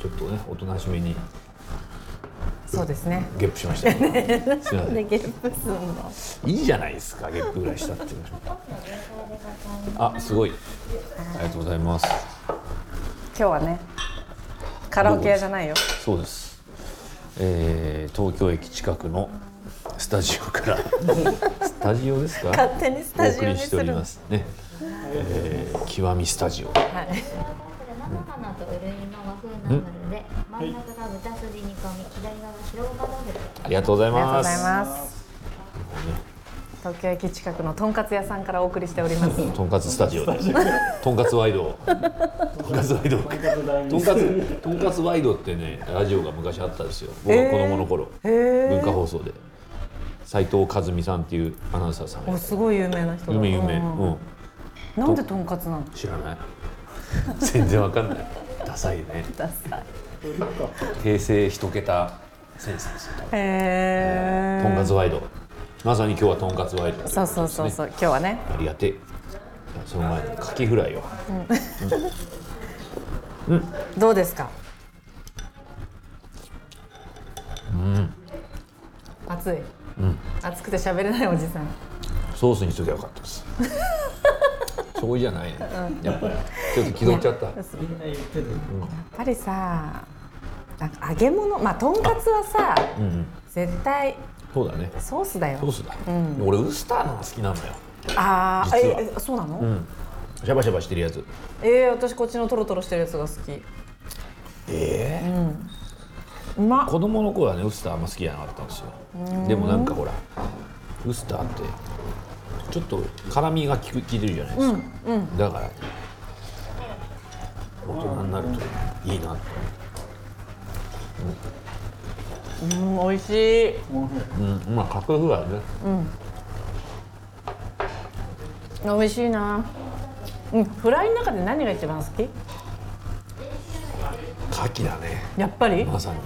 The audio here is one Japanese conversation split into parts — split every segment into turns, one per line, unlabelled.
ちょっとねおとなしめに
そうですね。
ゲップしました けどすいません
でゲップすんの。
いいじゃないですかゲップぐらいしたっていう のあすごいありがとうございます
今日はねカラオケ屋じゃないよ。
そうです、えー、東京駅近くのスタジオから スタジオですか
勝手にス
お
タジ
送
オ
り
に
し
す
ており
るの。
ま
は
すね、えー、極みスタジオ
い。
生花とうるいの和風ナムルで真ん中が豚すじ煮込み左側白ごまナムル
ありがとうござい
ありがとう
ます
ございます。東京駅近くのとんかつ屋さんからお送りしております。
とんかつスタジオでとんかつワイドとんかつワイドとんかつとんかつワイドってねラジオが昔あったんですよ僕が子供の頃、文化放送で斉藤和美さんっていうアナウンサーさんが
おすごい有名な人だ。
有名有名、
うん
うん、
なんでとんかつなの？
知らない全然わかんないダサいね
ダサい。
平成一桁センスですよ
へ
とんか
ー
つワイドまさに今日はとんかつワイド
そうそうそうそう。今日はね。
ありがてえその前にカキフライを
どうですか。うん。暑い。暑くて喋れないおじさん。
ソースにしときゃよかったです そうじゃないねやっぱりちょっと気取っちゃった
みんな言ってる
やっぱりさ。なんか揚げ物、まあとんかつはさ、
うんうん
絶対
そうだね
ソースだよ
ソ。ースだ、俺ウスターのが好きなのよ
ああ、
実
え
は
えそうなの？
うんシャバシャバしてるやつ
ええ私こっちのトロトロしてるやつが好き。
ええ
うまっ。
子供の頃はねウスターあんま好きじゃなかったんですよでもなんかほらウスターってちょっと辛みが効く効いてるじゃないですか、だから大人になるといいなって
うん、美味しい。
うんまあかけふわね
美味しいな。うん、フライの中で何が一番好き？
牡蠣だね
やっぱり。
まさに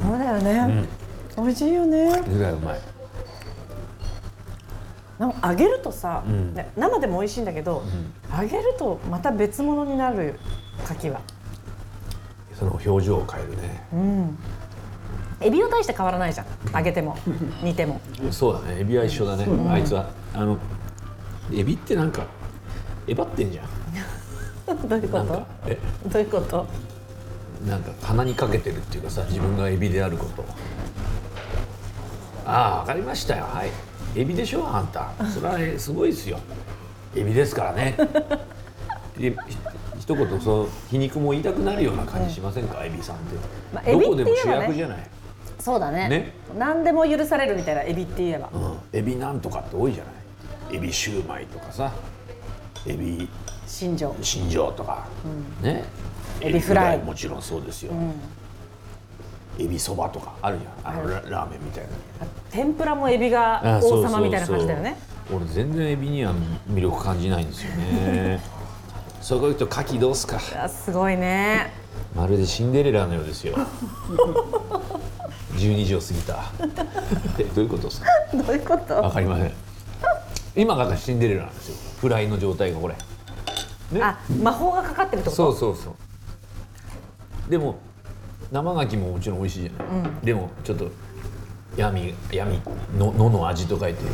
そうだよね。美味しいよね。
ぐらいうまい
なんか揚げるとさ、ね生でも美味しいんだけど、揚げるとまた別物になる牡蠣は
その表情を変えるね、
エビを大して変わらないじゃん揚げても煮 ても
そうだねエビは一緒だね、あいつはあのエビってなんかえばってんじゃん
どういうこ
なんかえ
とどういうこと
なんか鼻にかけてるっていうかさ自分がエビであることをああ分かりましたよはいエビでしょあんたそれは、ね、すごいですよエビですから ねでひ一言その皮肉も言いたくなるような感じしませんか、エビさんって、
まあ
どこでも
エビって
主
言えばね
役じゃない、
そうだね
ね
何でも許されるみたいなエビって言えば
うん、エビなんとかって多いじゃないエビシューマイとかさエビ
新庄
新庄とか、ね
エビフライ
もちろんそうですよ、エビそばとかあるじゃんあのララーメンみたいな
天ぷらもエビが王様みたいな感じだよね
俺全然エビには魅力感じないんですよ ねそこ行くと牡蠣どうすか
あすごいね
まるでシンデレラのようですよ12時を過ぎ たえどういうことですか
どういうこと
わかりません今がシンデレラなんですよフライの状態がこれね
あ魔法がかかってるってこと
そうそうそうでも生牡蠣ももちろん美味しいじゃない、でもちょっと闇闇ののの味と書いて、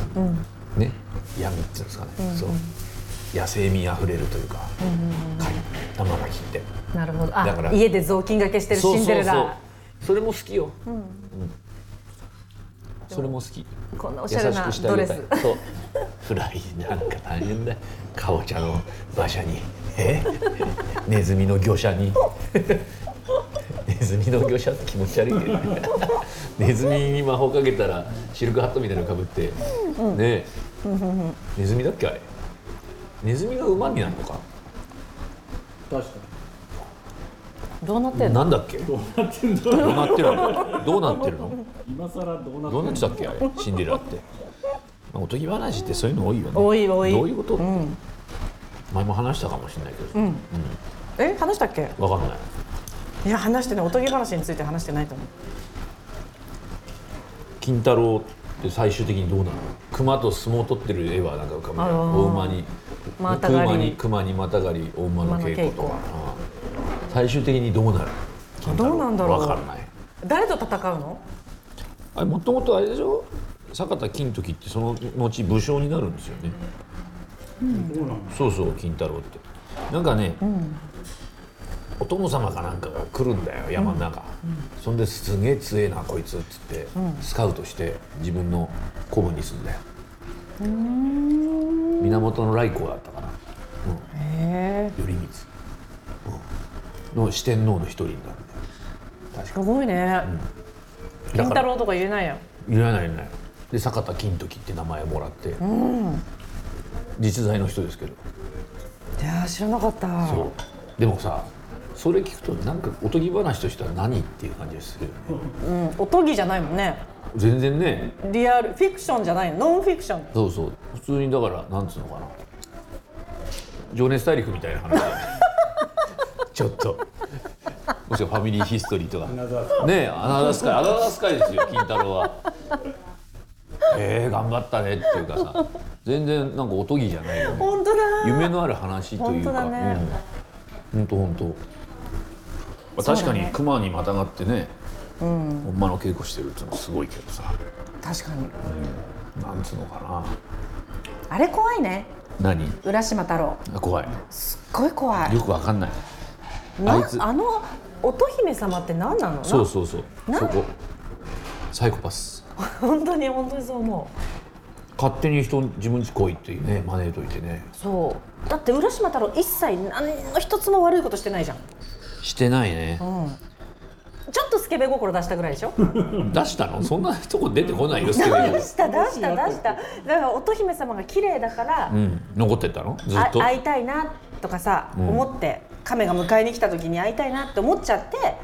ね闇っていうんですかね、そう野生味あふれるというか、貝生牡蠣って
なるほど
だから
あ家で雑巾がけしてる
そう
シ
そう
ンデレ
そう
ラ
それも好きよ、うんそれも好き
こんなおしゃれな
優しくして
ド
あ
レ
げ
ス
たいそうフライなんか大変だよかぼちゃの馬車にえ ネズミの魚車に ネズミの魚車って気持ち悪いけどね ネズミに魔法かけたらシルクハットみたいなのかぶって、ねえネズミだっけあれネズミが馬になるのか
確か
どうなってん
な
の
んだっけど
にどうなってんだろう
うなってるのどうなってるの
今更どうなって
どうなってたっけあれシンデレラって、まあ、おとぎ話ってそういうの多いよね
多い多い
どういうこと、
ん
前も話したかもしれないけど、
え話したっけ
わかんない
いや話してないおとぎ話について話してないと思う
金太郎って最終的にどうなの熊と相撲を取ってる絵はなんか浮かぶじゃん
あー
お馬に
またがり
熊に熊にまたがりお馬の稽古と
馬の稽
か最終的にどうなる金
どうなんだろう
わからない
誰と戦うの
あれもともとあれでしょ坂田金時ってその後武将になるんですよね
そうなんだ
そうそう金太郎ってなんかね、
ん
お殿様かなんかが来るんだよ山の中、そんですげえ強えなこいつっつって、スカウトして自分の子分にするんだよ源頼光だったかな、
へえ
うん、頼光、うんの四天王の一人になるんだよ
すごいね、
だから
金太郎とか言えないやん
いらないいらないで坂田金時って名前もらって、実在の人ですけど
いやー知らなかった
そうでもさそれ聞くとなんかおとぎ話としては何っていう感じがするよね
うん、おとぎじゃないもんね
全然ね
リアルフィクションじゃないのノンフィクション
そうそう普通にだからなんつうのかな情熱大陸みたいな話だよね ちょっともしくはファミリーヒストリーとか
金沢さん
ねえアナザースカイアナザースカイですよ金太郎は えー、頑張ったねっていうかさ全然なんかおとぎじゃないよね
本当だ
夢のある話というか
本当だね
うん、本当本当
そうだね
確かに熊にまたがってね、ほんまの稽古してるっていうのはすごいけどさ
確かに
なんつうのか
あれ怖いね
な何
浦島太郎
あ怖い
すっごい怖い
よくわかんない
な
あいつ
あの乙姫様って何なのな
そうそうそう
な
そこサイコパス
本当に本当にそう思
勝手に人自分ち来いっていうね招いといてね
うそうだって浦島太郎一切何の一つも悪いことしてないじゃん、
してないね
ちょっとスケベ心出したぐらいでしょ
出したのそんなとこ出てこないよスケベ
出
が
した出した出しただから乙姫様が綺麗だから、
うん残ってったのずっ
あ
と
会いたいなとかさ、
ん
思って亀が迎えに来た時に会いたいなって思っちゃって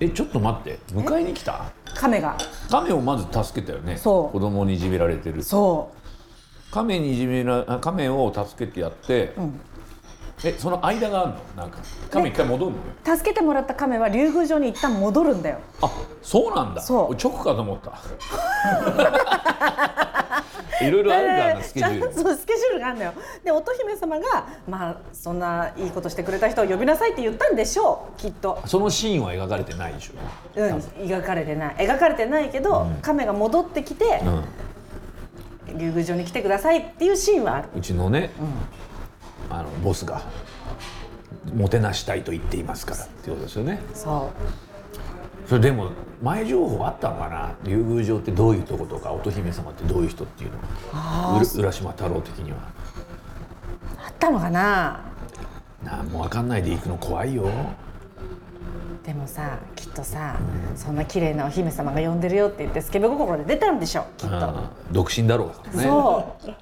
えちょっと待って迎えに来た
亀が
亀をまず助けたよね
そう
子供にいじめられてる
そ
亀にいじめらあ亀を助けてやって、
ん
えその間があるのなんか亀一回戻るのよ
う助けてもらった亀は竜宮城に一旦戻るんだよ
あそうなんだ
そう
俺直かと思った いろいろあるからなスケジュール
ちゃんとそうスケジュールがあるんだよで乙姫様がまあそんないいことしてくれた人を呼びなさいって言ったんでしょうきっと、
そのシーンは描かれてないでしょ
うん、描かれてない描かれてないけど、亀が戻ってきて
う、ん
竜宮城に来てくださいっていうシーンはある
うちのね、あのボスがもてなしたいと言っていますからってことですよね
そ
それでも前情報あったのかな竜宮城ってどういうとことか乙姫様ってどういう人っていうのはうら浦島太郎的には
うあったのかな
なんも分かんないで行くの怖いよ
でもさきっとさそんな綺麗なお姫様が呼んでるよって言ってスケベ心で出たんでしょきっと、
うん独身だろうからね
そう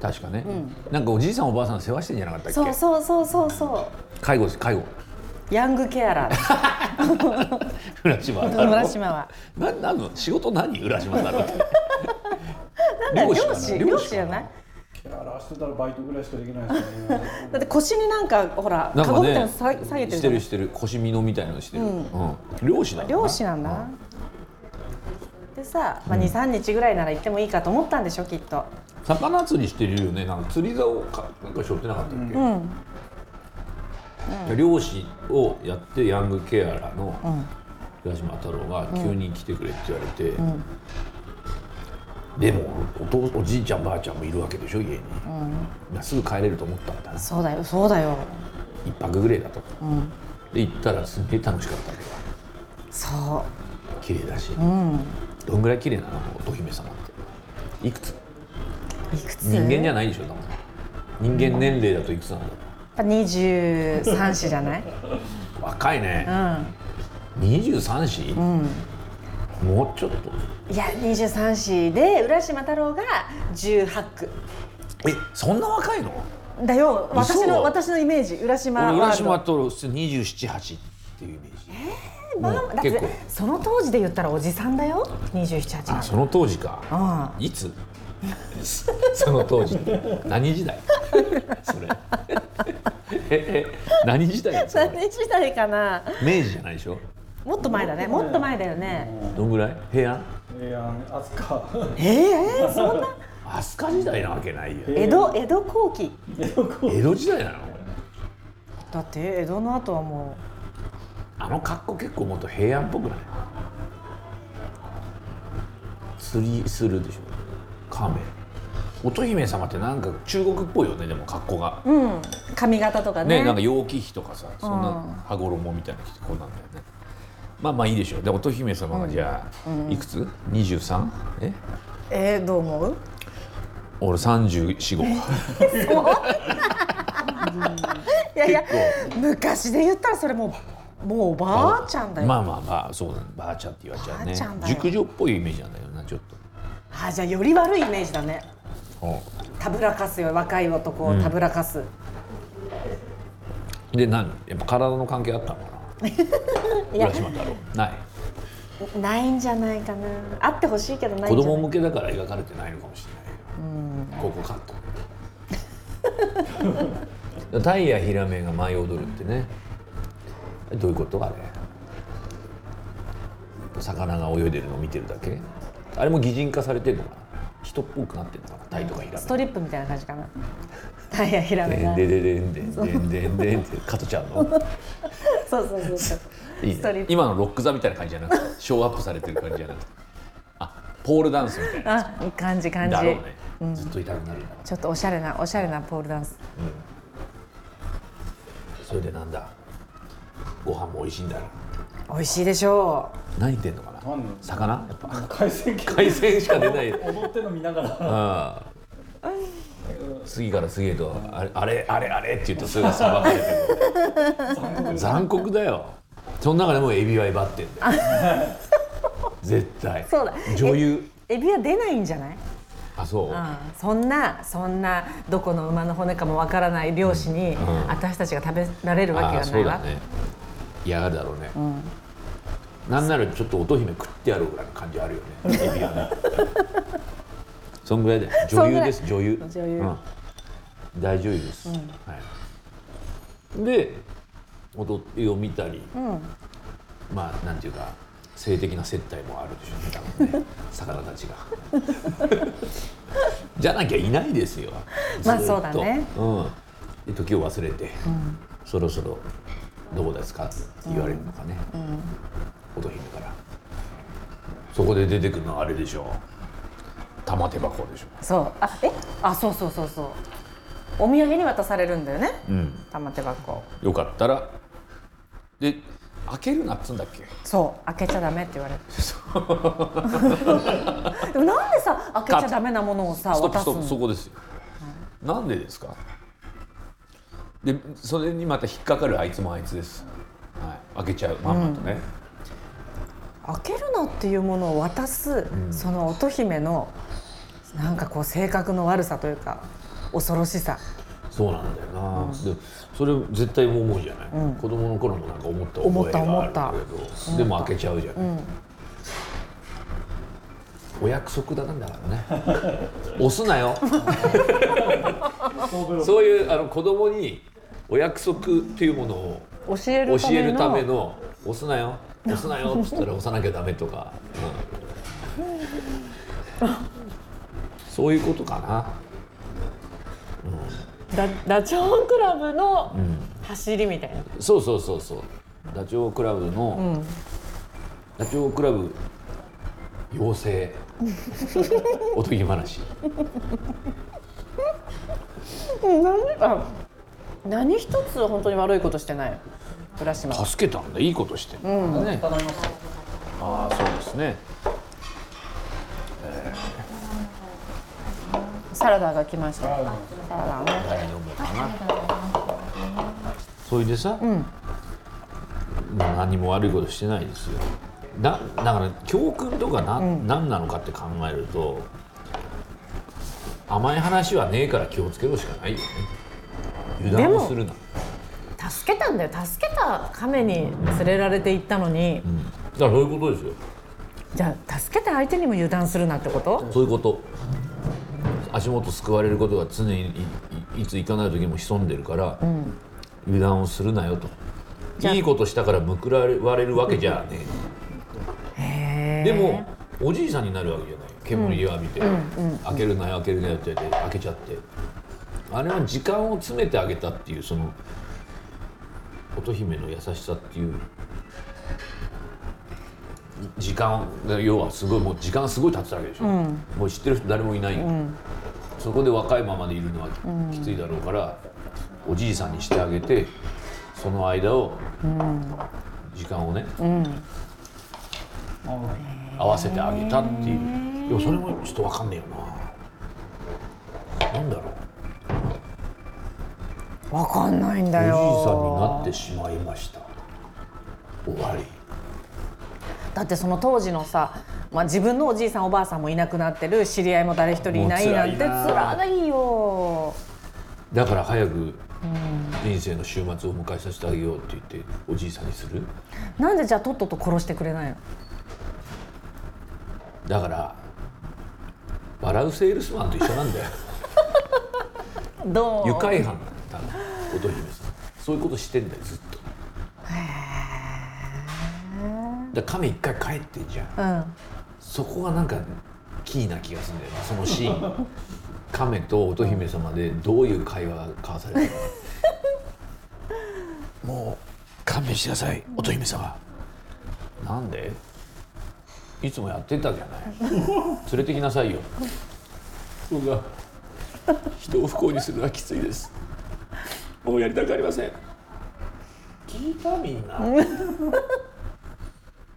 確かね、なんかおじいさんおばあさん世話してんじゃなかったっけ
そうそうそうそうそ
介護です介護
うヤングケア ラー
浦島太郎
村島は
ななんの仕事何浦島太郎 って
だから
か
漁
なか
師漁師じゃない
キャラしてたらバイトぐらいしかできないですよね
だって腰になんかほら
なん
カ
か
ゴみたいな
ね
のさ下げてる
し
じ
て
ゃん
るしてる腰みのみたいなのしてる、うん漁師だろう
漁師なん
う
だでさ、まあ、23日ぐらいなら行ってもいいかと思ったんでしょきっと
魚釣りしてるよねなんか釣り竿かなんかしょってなかったっけ、漁師をやってヤングケアラーの浦島太郎が急に来てくれって言われて、でもお父おじいちゃんばあちゃんもいるわけでしょ家に、すぐ帰れると思ったんだな
そうだよそうだよ
一泊ぐらいだと、で行ったらすげえ楽しかったけど
そ
綺麗だし、どんぐらい綺麗なの乙姫様っていくつ
ういくつ
人間じゃ
な
な
い
いでしょ多分人間年齢だといくつなんだろ
23子じゃないう
若いね、
う
23子、もうちょっと
んいや23子で浦島太郎が18区
えそんな若いの
だよ私
嘘
の私のイメージ浦島
俺
ワ
浦
ールド
島太郎普通278っていうイメージえ
まあだって
結構
その当時で言ったらおじさんだよ278
あ
な
その当時か
あ
いつ その当時って何時代それ ええ何時代ですかこれ
何時代かな
明治じゃないでしょ
もっと前だねもっと前だよね
どんぐらい平安
ええやんあつか
ええー、そんな
飛鳥時代なわけない よ
江戸江戸後期
江戸時代なの
だって江戸の後はも
あの格好結構もっと平安っぽくない釣りするでしょ亀乙姫様ってなんか中国っぽいよねでも格好が
うん髪型とか
ね
ね
なんか楊貴妃とかさそん
うん
な羽衣みたいなの着てこうなんだよねまあまあいいでしょうで乙姫様がじゃあ、いくつ ?23? え
えー、どう思う
俺345
いやいや
結構
昔で言ったらそれもうもうおばあちゃんだよ、
まあまあまあそうだねばあちゃんって言われちゃう
ばあ
ね
ちゃんだよ
熟女っぽいイメージなんだよなちょっ
あじゃあより悪いイメージだね
と、
たぶらかすよ若い男をたぶらかす、
で何やっぱ体の関係あったのか
い
な
や
浦島太郎ない
ないんじゃないかなあってほしいけどない
子
んじゃな
供
い
向けだから描かれてないのかもしれないここカットタイやヒラメが舞い踊るってねどういうことあれ魚が泳いでるのを見てるだけあれも擬人化されてるのかな人っぽくなってるのかなタイとかヒラ
ストリップみたいな感じかなタイヤひらめが
メででででんでんでんでんでんってカットちゃうの
そうそうそうそう
いい
ストリ
ね
ッ、プ
今のロック座みたいな感じじゃなく てショーアップされてる感じじゃなくてあポールダンスみたいな
あ感じ感じ、
だろうね、ずっといたくなるな
ちょっとおしゃれなおしゃれなポールダンス
それでなんだご飯も美味しいんだろ
美味しいでしょ
何言ってんのかな
何
魚 やっぱ
海鮮系
海鮮しか出ない
踊ってんの見なが ら
あ 次から次へとあれあれあれあれって言うとそれがさばかれて る残酷だよその中でもエビは威張ってんだよ 絶対
そうだ
女優
うエビは出ないんじゃない、
あそう、
うん、そんなそんなどこの馬の骨かもわからない漁師に、
うん
私たちが食べられるわけ
あ
が
ー
な
そ
いうわ
だね嫌がるだろうね、なんならちょっと乙姫食ってやろうぐらいの感じあるよねエビは ねそんぐらいだよ
そ
女
んぐ
優
らい
です女優
女優
うん大女優です、はい、で踊りを見たり、まあなんていうか性的な接待もあるでしょうね多 分ね魚たちが じゃなきゃいないですよ
まあ
ずっと
そうだね
うん、で時を忘れて、そろそろどこですかって言われるのかね、乙姫からそこで出てくるのはあれでしょう玉手箱でしょ
そうあえあそうそうそうそうお土産に渡されるんだよね、
ん
玉手箱
うよかったらで開けるなっつんだっけ
そう開けちゃダメって言われる でもなんでさ開けちゃダメなものをさ
ストップ
渡
ス
す
トップそ
の
こですよ、なんでですかでそれにまた引っかかるあいつもあいつです、はい、開けちゃうまんまとね、
開けるなっていうものを渡す、その乙姫のなんかこう性格の悪さというか恐ろしさ
そうなんだよな、でそれ絶対思うじゃない、子供の頃もなんか思った覚え
思
が
った
あるんだけどでも開けちゃうじゃない、お約束だなんだからね押すなよ
そうべろ
そういうあの子供にお約束っていうものを
教える
教
た
え
め
る
の
ための押すなよ押すなよっつったら押さなきゃダメとか、うんそういうことかな
ダダチョウ倶楽部の走りみたいな、
そうそうそうそうダチョウ倶楽部の、ダチョウ倶楽部妖精おとぎ話
何あ何一つ本当に悪いことしてない浦島
助けたんだいいことしてるんだね、
ただいました
ああそうですね
サラダが来ました
あ
サラダをね
大丈夫かなそれでさ、まあ何も悪いことしてないですよだだから教訓とかな、ん、何なのかって考えると甘い話はねえから気をつけろしかないよね油断をするな、
助けたんだよ助けた亀に連れられて行ったのに、
うんだからそういうことですよ
じゃあ助けた相手にも油断するなってこと
そういうこと足元すくわれることが常にいいいつ行かない時も潜んでるから、油断をするなよと
じゃあ
いいことしたから報われるわけじゃねえ
へえ
でもおじいさんになるわけじゃない煙を浴びて、開けるなよ開けるなよって言って開けちゃってあれは時間を詰めてあげたっていうその乙姫の優しさっていう時間要はすごいもう時間すごい経ってたわけでしょ、
ん
もう知ってる人誰もいない、
うん
そこで若いままでいるのはきついだろうから、おじいさんにしてあげてその間を時間をね、
うん
合わせてあげたっていうでもそれもちょっとわかんねえよななんだろう
わかんないんだよ
おじいさんになってしまいました終わり
だってその当時のさ、まあ、自分のおじいさんおばあさんもいなくなってる知り合いも誰一人いないなんて
もう辛いな
辛いよ
だから早く人生の終末を迎えさせてあげようって言っておじいさんにする
なんでじゃあとっとと殺してくれないの
だからバラウセールスマンと一緒なんだよ
どう
愉快犯だな乙姫さんそういうことしてんだよずっとだから亀一回帰ってんじゃん
うん
そこがなんかキーな気がするんだよなそのシー ン亀と乙姫様でどういう会話が交わされたかもう勘弁してください乙姫様なんでいつもやってたじゃない連れてきなさいよ僕が人を不幸にするのはきついですもうやりたくありません聞いたみんな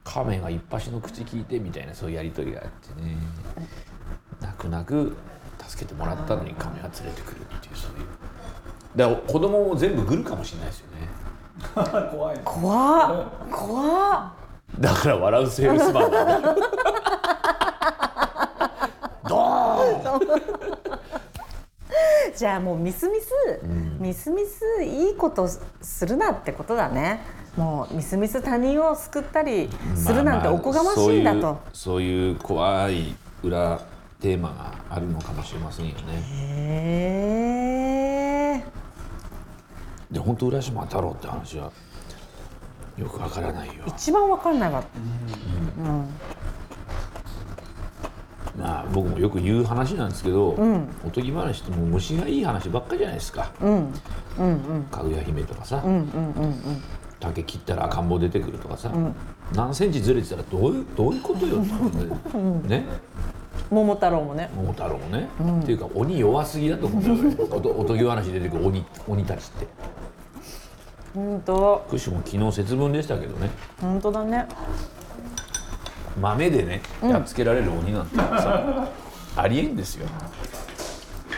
亀が一発の口聞いてみたいなそういうやり取りがあってね泣く泣く助けてもらったのに亀は連れてくるっていうそういうだから子供も全部グルかもしれないですよね
怖い。
怖っ怖っ
だから笑うセールスマン なんだドーン
じゃあもうミスミス、ミスミスいいことするなってことだねもうミスミス他人を救ったりするなんておこがましいんだと、
まあまあそういうそういう怖い裏テーマがあるのかもしれませんよね
へえ
で本当浦島太郎って話はよくわからないよ
一番わかんないわ
まあ僕もよく言う話なんですけど、おとぎ話ってもう虫がいい話ばっかりじゃないですか、かぐや姫とかさ、竹切ったら赤ん坊出てくるとかさ、何センチずれてたらどういうどういうことよって思ってね
桃太郎もね
桃太郎もね、っていうか鬼弱すぎだと思うんだよ俺おとおとぎ話出てくる鬼鬼たちって
本当
くしも昨日節分でしたけどね
本当だね
豆でねやっつけられる鬼なんてさ、ありえんですよ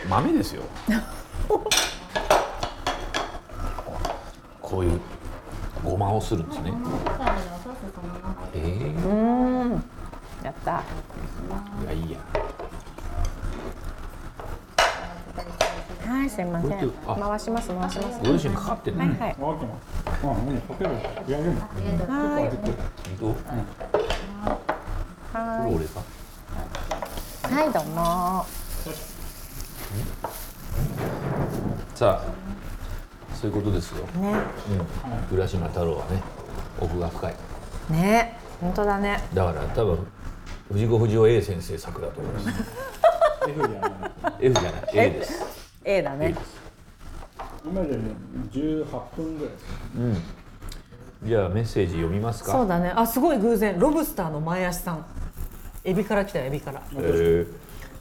豆ですよこういうごまをするんですね
この中で落とすそのまま
え
う
ー、
んやった
いやいいや
はいすいませ
これっ
ん
てあ
回します回します
ご自身かかってんの、
はいはい
わかってます。うん、うん、かける。いや、でも、
ありがとうございます
は
結構入ってる。
本当
ーい
俺か
はいどうも
さあそういうことですよ、
ね
うん、浦島太郎はね奥が深い
ね本当だね
だから多分藤子不二雄 A 先生作だと思います
F じゃない。
F じゃない A です
A だね
今でね、十八分ぐらい。
じゃあメッセージ読みますか
そうだねあすごい偶然ロブスターの前足さんエビから来たよエビから
えー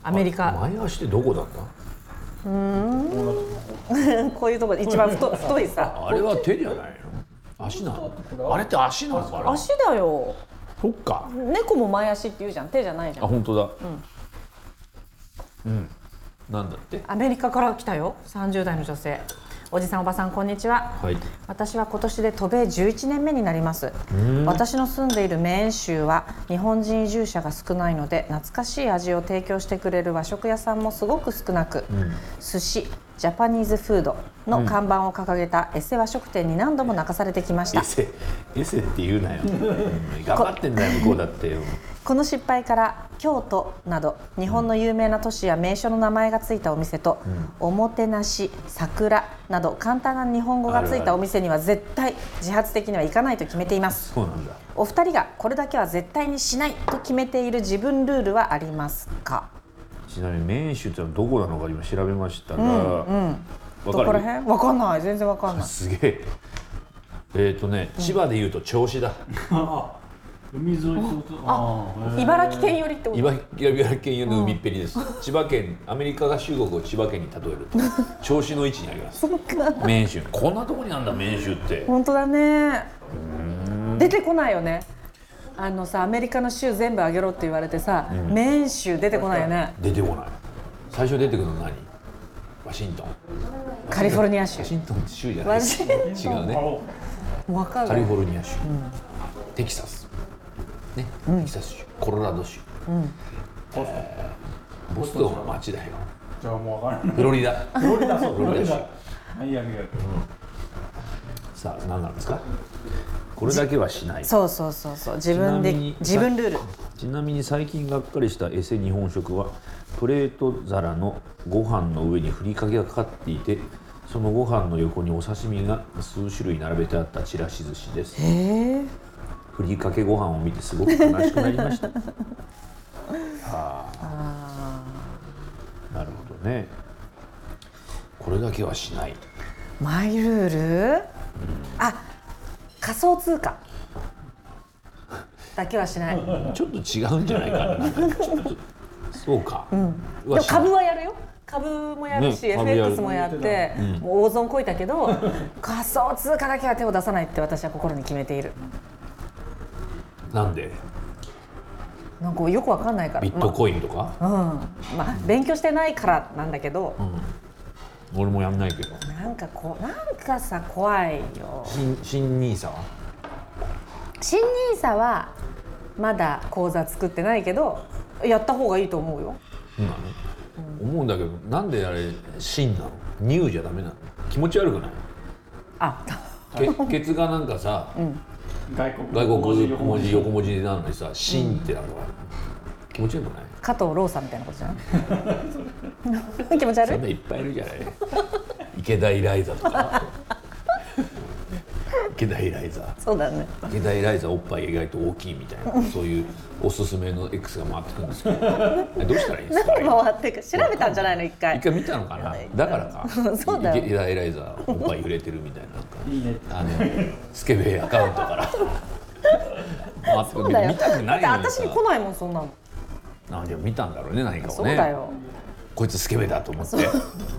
アメリカ
前足ってどこだった
こういうとこで一番 太太いさ
あれは手じゃないの足なのあれって足なのかな
足だよ
そっか
猫も前足って言うじゃん手じゃないじゃ
あ
ん
本当だうん、なんだって
アメリカから来たよ30代の女性おじさんおばさんこんにちは
はい
私は今年で渡米11年目になります私の住んでいるメーン州は日本人移住者が少ないので懐かしい味を提供してくれる和食屋さんもすごく少なく、寿司ジャパニーズフードの看板を掲げたエセ和食店に何度も泣かされてきました
エセエセって言う なようん頑張ってんだよ向こうだってよ
この失敗から京都など日本の有名な都市や名所の名前がついたお店と、おもてなし桜など簡単な日本語がついたお店には絶対自発的には行かないと決めています
そうなんだ
お二人がこれだけは絶対にしないと決めている自分ルールはありますか
ちなみにメーン州ってのはどこなのか今調べましたが、わ
どこ
からる
辺わかんない全然わかんない
すげええっ、ー、とね千葉で言うと銚子だ、
ああ。海沿いってことあーへー
茨城県寄りってこと
茨城茨城県の海っぺりです、千葉県アメリカ合衆国を千葉県に例えると銚子の位置にあります名州こんなとこにあんだ名州って
本当だね出てこないよねあのさアメリカの州全部あげろって言われてさ、メーン州出てこないよね
出てこない最初出てくるの何ワシントン
カリフォルニア州
ワシントンって州じゃない
ワシントン
違うね
青
もう分かる
カリフォルニア州、テキサス、ねテキサス州コロラド州、ボストンは町だよ
じゃあもうわからない
フロリダ
フロリダそう
フロリダ州
マイアミが
さあ何なんですかこれだけはしない
そうそうそうそう自
ち
分で
なみに
自分ルール
ちなみに最近がっかりしたエセ日本食はプレート皿のご飯の上にふりかけがかかっていてそのご飯の横にお刺身が数種類並べてあったちらし寿司です
えー、
ふりかけご飯を見てすごく悲しくなりました ああなるほどねこれだけはしない
マイルールあ仮想通貨だけはしないで
ちょっと違うんじゃないかななんかちょっとそうか、うわ
も
しない
株はやるよ株もやるし、
ね株やる
FX もやって、もう大損こいたけど仮想通貨だけは手を出さないって私は心に決めている
なんで
なんかよくわかんないから
ビットコインとか、
まあうんまあ、勉強してないからなんだけど、
俺もやんないけど
なんかこうなんかさ怖いよ
新新ニーサは
新ニーサはまだ口座作ってないけどやった方がいいと思うよ
なの、思うんだけどなんであれ新なのニューじゃダメなの気持ち悪くない
あ
け ケツがなんかさ、
外国
外国
横
文字横文字なのにさ「新」ってなんか、気持ちよくない
加藤ローさんみたいなことじゃな い気持ち悪
そ
い
んないっぱいいるじゃない 池田イライザとか池田イライザ
そうだね
池田イライザおっぱい意外と大きいみたいなそういうおすすめの X が回ってくるんですけどどうしたらいいんですか
回ってく調べたんじゃないの一
一
回
回見たのかなだからか
そうだよ
池田エライザーおっぱい揺れてるみたいななんか
いいね
あのスケベアカウントから 回ってくる
そうだよ
見たくない
だっ
の
て
に
私
さ
に来ないもんそんなの
なんで見たんだろうね何か
そ
を
う
ね
だよ
こいつスケベだと思って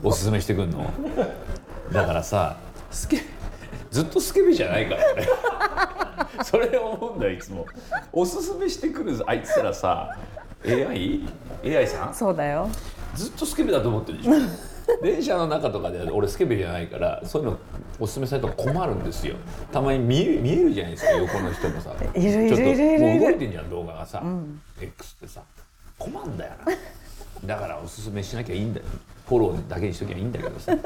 おすすめしてくんのだからさスケずっとスケベじゃないから ねそれ思うんだよいつもおすすめしてくるあいつらさ AI? AI さん
そうだよ
ずっとスケベだと思ってるでしょ 電車の中とかで俺スケベじゃないからそういうのおすすめされたら困るんですよたまに見え見えるじゃないですか横の人もさ
いるいるいるいるい
ちょ
る
っともう動いてんじゃん動画がさ、X ってさ困んだよなだからおすすめしなきゃいいんだよフォローだけにしときゃいいんだけどさ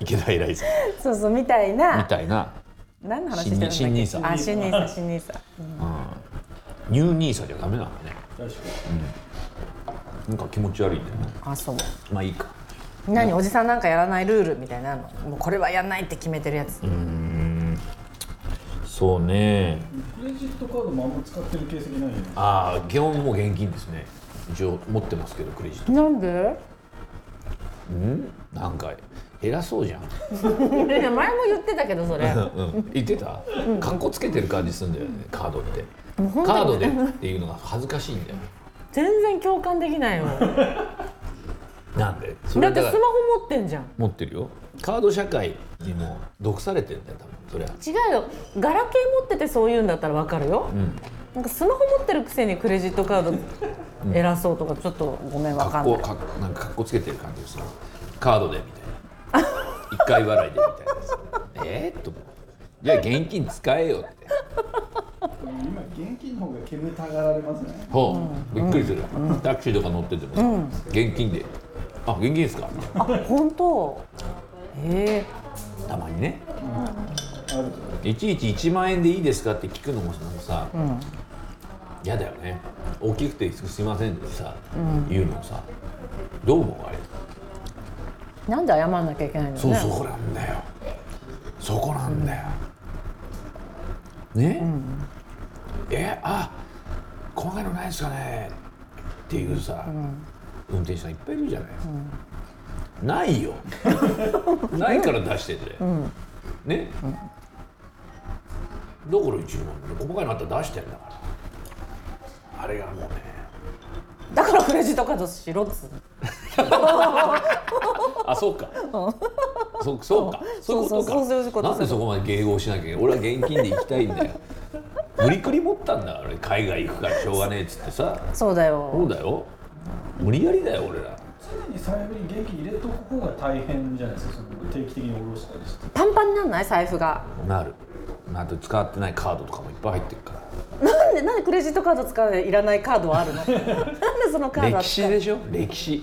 池田エライザ
そうそうみたい
み
な
たいな
何の話してるんだっけ
新ニ新ニーサ
あ新ニーサ新ニーサ
ニューニーサじゃダメなのね
確か
なんか気持ち悪いんだよね
あそう
まあいいか
何おじさんなんかやらないルールみたいなのもうこれはやんないって決めてるやつ、
そうね
にクレジットカードもあんま使ってる形跡ないよね
ああ基本もう現金ですね一応持ってますけどクレジット
なんで
うんなんか偉そうじゃん、
前も言ってたけどそれ
うん、 言ってたかっこつけてる感じすんだよねカードってカードでっていうのが恥ずかしいんだよ
全然共感できないよだ
なんでそれ
っ
は
て
だ
スマ
から
ホ持ってんじゃん
持ってるよカード社会にも毒されてんだよ多分それは
違うよガラケー持っててそういうんだったらわかるよ、
ん
なんかスマホ持ってるくせにクレジットカード偉そうとかちょっとごめんわ
か
か
っ
んな
こ
い
かっなんかかっこつけてる感じでするカードでみたいな 一回払いでみたいなさえーっと思うじゃあ現金使えよって
今現金の方が煙たがられますね
ほう、びっくりする、タクシーとか乗っててもさ、現金で「あ現金ですか?」みたい
あ本当え
なたまにね
ある
いちいち1万円でいいですかって聞くのもなんかさ嫌、だよね大きくてすいませんってさ、言うのさどう思うあれ
ー、なんで謝んなきゃいけないのね
そうそこなんだよ、そこなんだよね、えあ細かいのないですかねっていうさ、運転手さんいっぱいいるじゃない、ないよないから出してて、ね、だから一応細かいのあったら出してんだからあれがもうね
だからクレジットカードしろっつうの
あそうかそうそうかそういうことか
そうそうそういうこと
なんでそこまで迎合しなきゃいけない俺は現金で行きたいんだよ無理くり持ったんだから海外行くからしょうがねえっつってさ
そうだ
そう
よ
だよ無理やりだよ俺ら
常に財布に現金入れとく方が大変じゃないですかその定期的に下ろしたりして
パンパンになんない財布が
なるあと使ってないカードとかもいっぱい入ってるから
なんでなんでクレジットカード使うのにいらないカードはあるのなんでそのカードは
歴
使
史
う
でしょ歴史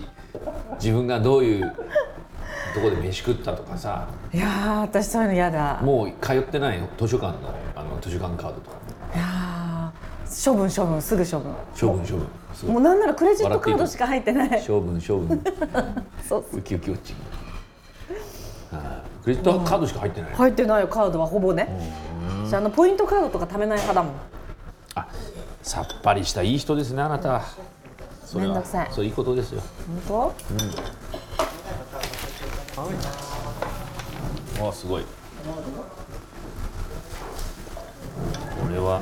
自分がどういうとこで飯食ったとかさ
いやー私そういうの嫌だ
もう通ってない図書館のあの図書館カードとか
いやー処分処分すぐ処分
処分処分すごい
もうなんならクレジットカードしか入ってない
処分処分
そう
ウキウキウォッチングあークレジットカードしか入ってない、
入ってないよカードはほぼね私あのポイントカードとか貯めない派だもん
あさっぱりしたいい人ですねあなたそれは
めんどくさい
そういいことですよ
本
あーすごいこれは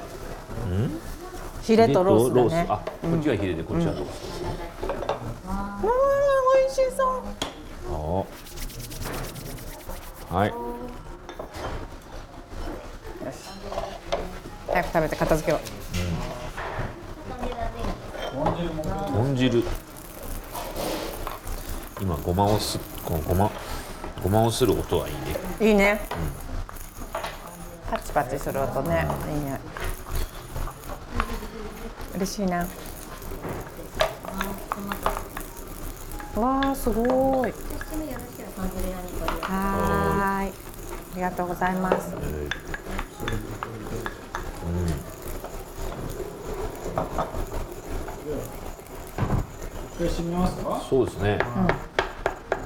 当ヒレとロースだ
ヒレ
ね
とあこっちはヒレでこっちはロース、
うわー美味しそう
おはい
早く食べて片付けよう
豚汁も入
豚汁今ごまをすこのごまごまをする音はいいね
いいね、パチパチする音ね、いいね嬉しいなわあすごいはーいありがとうございます
れてみますか
そうですね、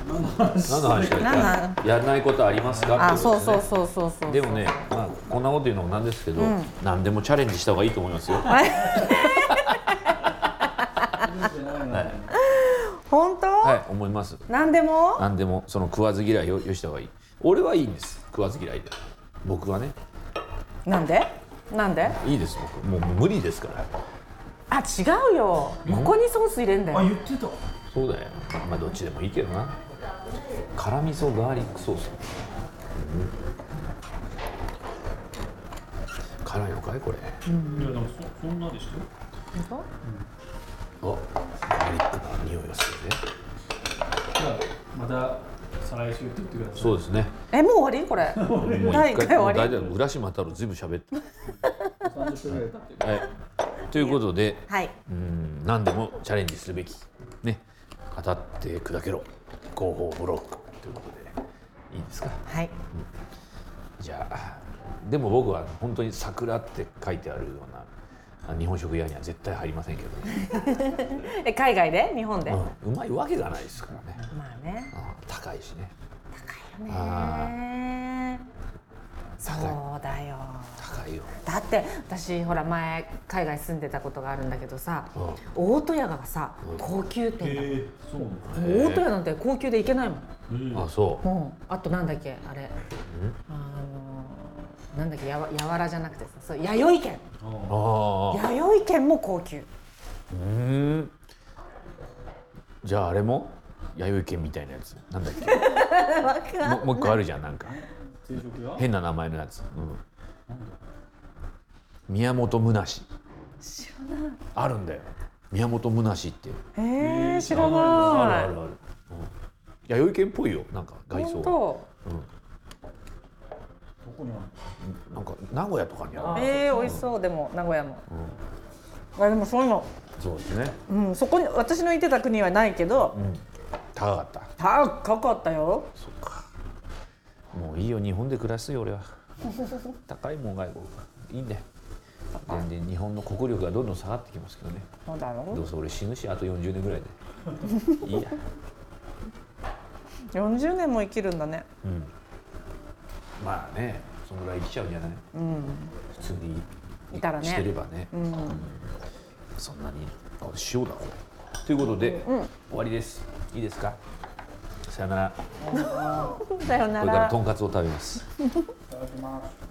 何の話だっけ
何
やらないことありますか
あ
ってこ
そ
と
う
です
そ
ね
うそうそうそう
でもね、まあ、こんなこと言うのもなんですけど、何でもチャレンジした方がいいと思いますよ
本当、
はい思います
なんでも
何でもその食わず嫌いをよした方がいい俺はいいんです食わず嫌いで僕はね
なんでなんで
いいです僕もう無理ですから
あ違うよここにソース入れんだよ
あ言ってた
そうだよまあどっちでもいいけどな辛味噌ガーリックソース、うん辛いのかいこれ、
いやでもそそんなでしょ
本
おガーリックの匂いがするね
じゃあまた再来週って言ってください
そうですね
当えもう終わりこれ
もう
第一回終
も
わ
う
り
大体浦島太郎ずいぶん喋っ
30分ぐらい経ってる
た、はい、ということで
はい
うん何でもチャレンジするべきね当たって砕けろ広報ブロックということでいいですか
はい
じゃあでも僕は本当に桜って書いてあるようなあ日本食屋には絶対入りませんけど、
え海外で日本で、
うんうまいわけがないですからね、
まあね
あ高いしねあ
ねそうだよ
高いよ、
だって私ほら前海外住んでたことがあるんだけどさ
うん
大戸屋がさ高級
え
店だ
ー、そうなの
大戸屋なんて高級で行けないもん、
あそう
うん、あとなんだっけあれあのなんだっけやわやわらじゃなくてさそう弥生県
ああ
弥生県も高級
うんじゃああれも弥生県みたいなやつなんだっけも もう一個あるじゃんなんか
定食屋
変な名前のやつ、うん、宮本むなし
知らない
あるんだよ宮本むなしっていう
えー、知ら
あるあるあ
な
る、うん、弥生県っぽいよなんか
い
外
本
装
当
どこにあるの
なんか名古屋とかにある
えー、美味しそうでも名古屋も、あでもそういうの
そうですね、
うん、そこに私の行ってた国はないけど、
うん、高かった
高かったよ
そっかもういいよ日本で暮らすよ俺は高いもん外国いいね全然日本の国力がどんどん下がってきますけどね
そうだ
ど
ろ
うせ俺死ぬしあと40年ぐらいでいいや
40年も生きるんだね
まあねそのぐらい生きちゃうんじゃない、普通に
いたらね
してればね、うんそんなにあ塩だこれということで、終わりですいいですかさよならこ
さよな
れから
ら
とんかつを食べます
いただきます